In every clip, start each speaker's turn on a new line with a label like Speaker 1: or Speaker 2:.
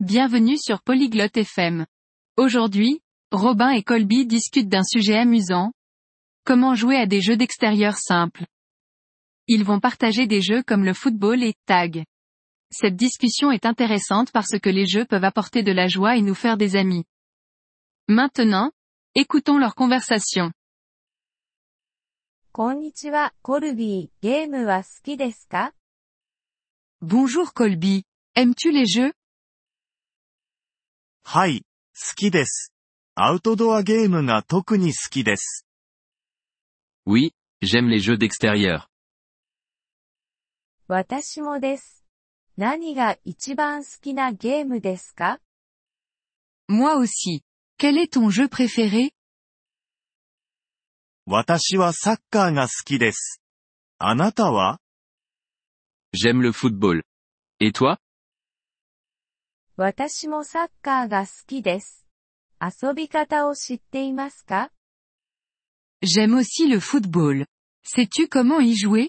Speaker 1: Bienvenue sur Polyglotte FM. Aujourd'hui, Robin et Colby discutent d'un sujet amusant. Comment jouer à des jeux d'extérieur simples. Ils vont partager des jeux comme le football et tag. Cette discussion est intéressante parce que les jeux peuvent apporter de la joie et nous faire des amis. Maintenant, écoutons leur conversation.
Speaker 2: こんにちは、コルビー。ゲームは好きですか
Speaker 1: Bonjour Colby. Aimes-tu les jeux
Speaker 3: はい、好きです。アウトドアゲームが特に好きです。
Speaker 4: Oui, j'aime les jeux d'extérieur.
Speaker 2: 私もです。何が一番好きなゲームですか
Speaker 1: Moi aussi. Quel est ton jeu préféré
Speaker 3: 私はサッカーが好きです。あなたは
Speaker 4: J'aime le football. Et toi
Speaker 2: 私もサッカーが好きです。遊び方を知っていますか
Speaker 1: J'aime aussi le football. Sais-tu comment y jouer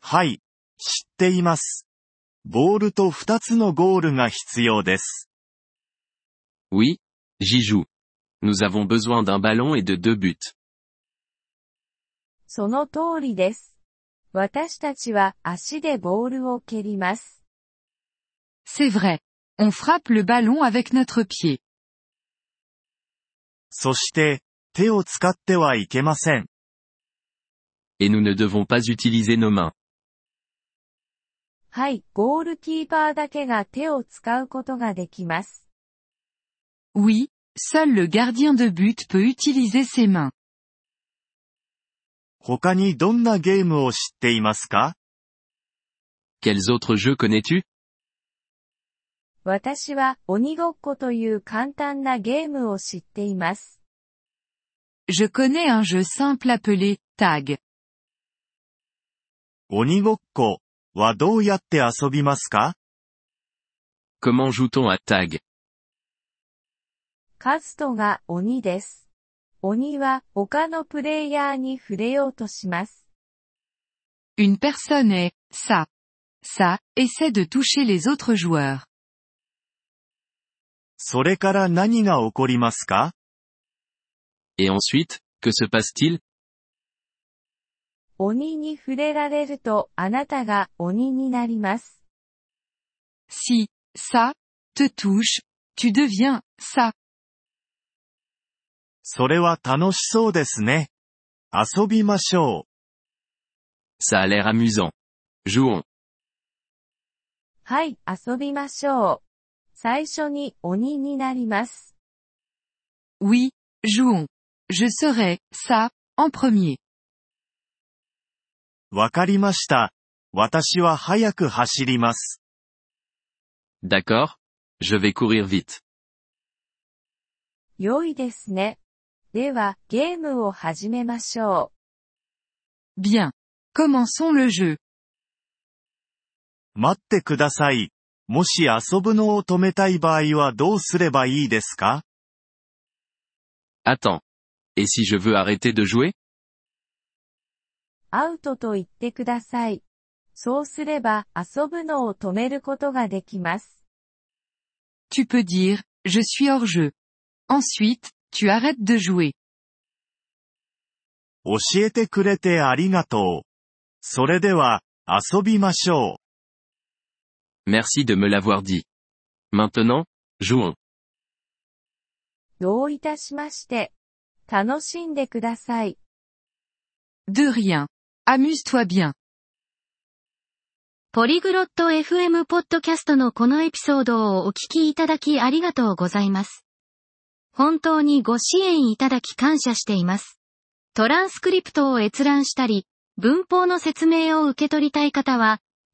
Speaker 3: はい、知っています。ボールと2つのゴールが必要です。
Speaker 4: Oui, j'y joue. Nous avons besoin d'un ballon et de deux buts.
Speaker 2: その通りです。私たちは足でボールを蹴ります。
Speaker 1: C'est vrai. On frappe le ballon avec notre pied.
Speaker 3: そして、手を使ってはいけません。
Speaker 4: Et nous ne devons pas utiliser nos mains.
Speaker 2: はい、ゴールキーパーだけが手を使うことができます。
Speaker 1: Oui, seul le gardien de but peut utiliser ses mains.
Speaker 3: 他にどんなゲームを知っていますか
Speaker 4: Quels autres jeux connais-tu
Speaker 2: 私は鬼ごっこという簡単なゲームを知っています。
Speaker 1: Je connais un jeu simple appelé tag.
Speaker 3: 鬼ごっこはどうやって遊びますか
Speaker 4: Comment joue-t-on à tag
Speaker 2: カズトが鬼です。鬼は他のプレイヤーに触れようとします。
Speaker 1: Une personne est ça. Ça essaie de toucher les autres joueurs.
Speaker 3: それから何が起こりますか
Speaker 4: Et ensuite, que se passe-t-il
Speaker 2: 鬼に触れられるとあなたが鬼になります。
Speaker 1: Si ça te touche, tu deviens ça.
Speaker 3: それは楽しそうですね。遊びましょう。
Speaker 4: Ça a l'air amusant. Jouons.
Speaker 2: はい、遊びましょう。最初に鬼になります。
Speaker 1: Oui, jouons. Je serai ça en premier.
Speaker 3: わかりました。私は早く走ります。
Speaker 4: D'accord Je vais courir vite.
Speaker 2: 良いですね。では、ゲームを始めましょ
Speaker 1: Bien. Commençons le jeu.
Speaker 3: 待ってください。もし遊ぶのを止めたい場合はどうすればいいですか
Speaker 4: Attends. Et si je veux arrêter de jouer
Speaker 2: う。アウトと言ってください。そうすれば遊ぶのを止めることができます。
Speaker 1: Tu peux dire, je suis hors jeu. Ensuite, tu arrêtes de jouer.
Speaker 3: 教えてくれてありがとう。それでは、遊びましょう。
Speaker 4: Merci de me l'avoir dit. Maintenant, jouons.
Speaker 2: どういたしまして。楽しんでください。
Speaker 1: De rien. Amuse-toi bien.
Speaker 5: ポリグロット FM ポッドキャストのこのエピソードをお聞きいただきありがとうございます。本当にご支援いただき感謝しています。トランスクリプトを閲覧したり、文法の説明を受け取りたい方は、